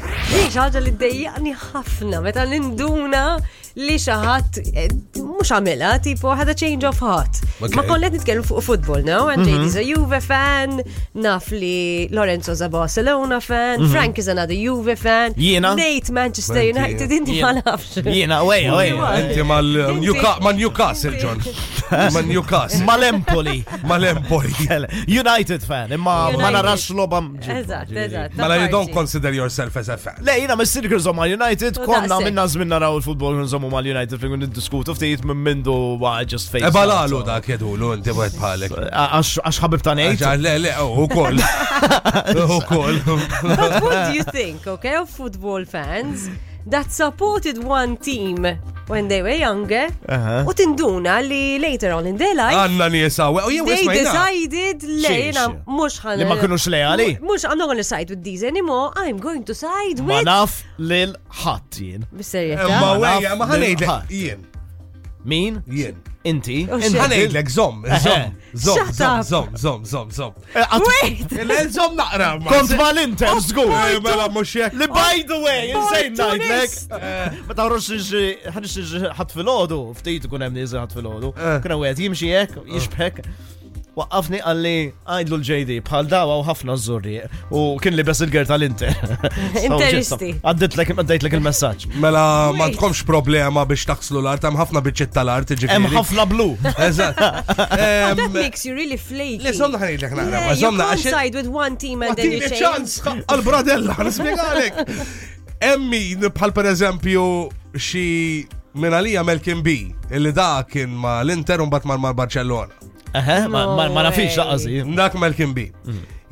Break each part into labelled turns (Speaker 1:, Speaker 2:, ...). Speaker 1: ħaġa li ddejjaqni ħafna meta ninduna li xi ħadd mhux għamilha tipo ħadha change of heart.
Speaker 2: Okay.
Speaker 1: Ma kollet nitkellem fuq futbol, no? And JD's a Juve fan, naf li Lorenzo's a Barcelona fan, Frank is another Juve fan,
Speaker 3: Jiena.
Speaker 1: Nate Manchester
Speaker 2: Frankie,
Speaker 1: United, inti ma nafx.
Speaker 3: Jiena, wej, wej.
Speaker 1: eh,
Speaker 2: Inti mal Newca- ma' Newcastle, John. Ma' Newcastle.
Speaker 3: Mal-Empoli.
Speaker 2: Mal-Empoli.
Speaker 3: United fan, imma ma
Speaker 1: United.
Speaker 3: narax loba. m-
Speaker 1: Eżatt, eżatt.
Speaker 2: Mela, you don't
Speaker 1: apparti.
Speaker 2: consider yourself as a fan.
Speaker 3: Le, jina mis Sirkers mal United,
Speaker 1: U
Speaker 3: konna
Speaker 1: daqsek.
Speaker 3: minna zmin naraw il-futbol nżommu mal United fejn niddiskutu ftit minn mindu wa just face.
Speaker 2: Eba
Speaker 3: out,
Speaker 2: lalu
Speaker 3: so.
Speaker 2: dak jedulu, inti bħed bħalek.
Speaker 3: A- Għax għax ħabib ta' nejt.
Speaker 2: Ġa, le, le, oh, u koll. U koll.
Speaker 1: But what do you think, okay, of football fans that supported one team when they were younger
Speaker 2: Uh-huh.
Speaker 3: Aha.
Speaker 1: u tinduna li later on in their life
Speaker 2: Għanna nisa, u jew
Speaker 1: they
Speaker 2: ismajna.
Speaker 1: decided li
Speaker 3: Xie,
Speaker 1: jena
Speaker 3: xie.
Speaker 1: mux ħan.
Speaker 3: Li ma kinux lejali?
Speaker 1: Mux I'm not gonna side with these anymore, I'm going to side
Speaker 3: Ma
Speaker 1: with.
Speaker 3: naf lil ħadd jien.
Speaker 2: Eh, Ma
Speaker 1: Bisserjetta.
Speaker 3: naf
Speaker 2: wejja, ma ħanejdlek.
Speaker 3: bil-ħadd.
Speaker 2: Jien,
Speaker 3: Min?
Speaker 2: jien.
Speaker 3: Inti?
Speaker 1: Oh,
Speaker 3: Inti?
Speaker 1: shit. Eh,
Speaker 2: Ħanejdlek, zom,
Speaker 3: Ehe.
Speaker 2: zom, zom,
Speaker 1: Shut
Speaker 2: zom,
Speaker 1: up.
Speaker 2: zom, zom, zom, zom.
Speaker 3: Eh, għat-
Speaker 1: Wait!
Speaker 2: Le, Zom naqra. ma-
Speaker 3: Kont ma
Speaker 1: Oh,
Speaker 3: l-Inter, zgur.
Speaker 2: Eh, Mela, mux jek.
Speaker 3: Li by the way, insejn najdlek.
Speaker 1: Opportunist.
Speaker 3: Ma tawrux ħanix ħat fil-ħodu, ftit kun hemm niżel ħat fil-ħodu.
Speaker 2: Eh.
Speaker 3: Kuna għed jimxi jek, jixbek. Waqqafni għalli għajdlu l-ġejdi bħal dawa u ħafna zzurri u kien li bes il-ger tal-inter.
Speaker 1: Interisti.
Speaker 3: Għaddit lek, għaddit lek il-messagġ.
Speaker 2: Mela, ma
Speaker 1: Wait.
Speaker 2: tkomx problema biex taqslu l-art, hemm ħafna biċċiet tal-art,
Speaker 3: Hemm
Speaker 2: ġifieri.
Speaker 3: ħafna blu.
Speaker 2: Eżatt. Em,
Speaker 1: That makes you really flaky.
Speaker 2: Le, zomna ħanejdlek naqra, ma
Speaker 1: Yeah, you
Speaker 2: zomna
Speaker 1: can't
Speaker 2: għaxin.
Speaker 1: side with one team and then you
Speaker 2: Għatini
Speaker 1: change.
Speaker 2: ċans, għal-bradella, nispiegalek. Emmi, bħal per eżempju, xi minn għalija Melkin B, illi da kien ma l-Inter un bat ma Barcellona.
Speaker 3: Eħe, ma
Speaker 1: No
Speaker 3: ma- ma nafix
Speaker 1: way.
Speaker 3: daqqazi.
Speaker 2: Dak Melkin B.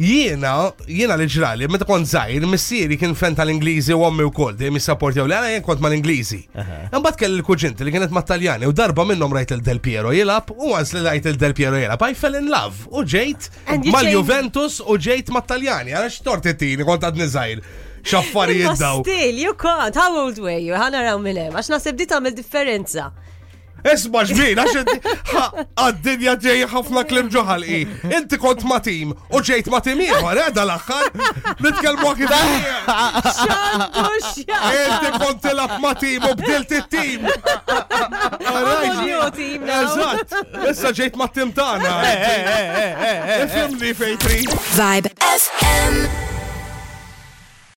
Speaker 2: Jiena, jiena li ġrali, meta kont zaħir, missieri kien fan tal-Ingliżi u ommi u koll, dejjem jissapportjaw li għana jien kont mal-Ingliżi. Imbagħad kelli l-kuġinti li kienet mat-Taljani u darba minnhom rajt il-Del Piero jilab u għans li rajt il-Del Piero jilab, I fell in love u ġejt
Speaker 1: And you
Speaker 2: mal-Juventus u ġejt mat-Taljani, għana xtorti tini kont għad nizzajr.
Speaker 1: But
Speaker 2: Xaffarijiet daw.
Speaker 1: still, you can't. How old were you? Ħana raw minnem. Għax nasib di tamil differenza.
Speaker 2: Isma ġmin, għax għad-dinja ġej ħafna klim ġoħal i. Inti kont ma tim u ġejt ma tim ieħor, edha l-axħar, nitkellmu għakif.
Speaker 1: Xandu xandu.
Speaker 2: Inti kont tilab ma' tim u bdilt it-tim.
Speaker 1: on your team now.
Speaker 2: Eżatt, issa ġejt
Speaker 3: eh,
Speaker 2: ma' tim tagħna. Ifimni fejn trid.
Speaker 4: Vibe FM.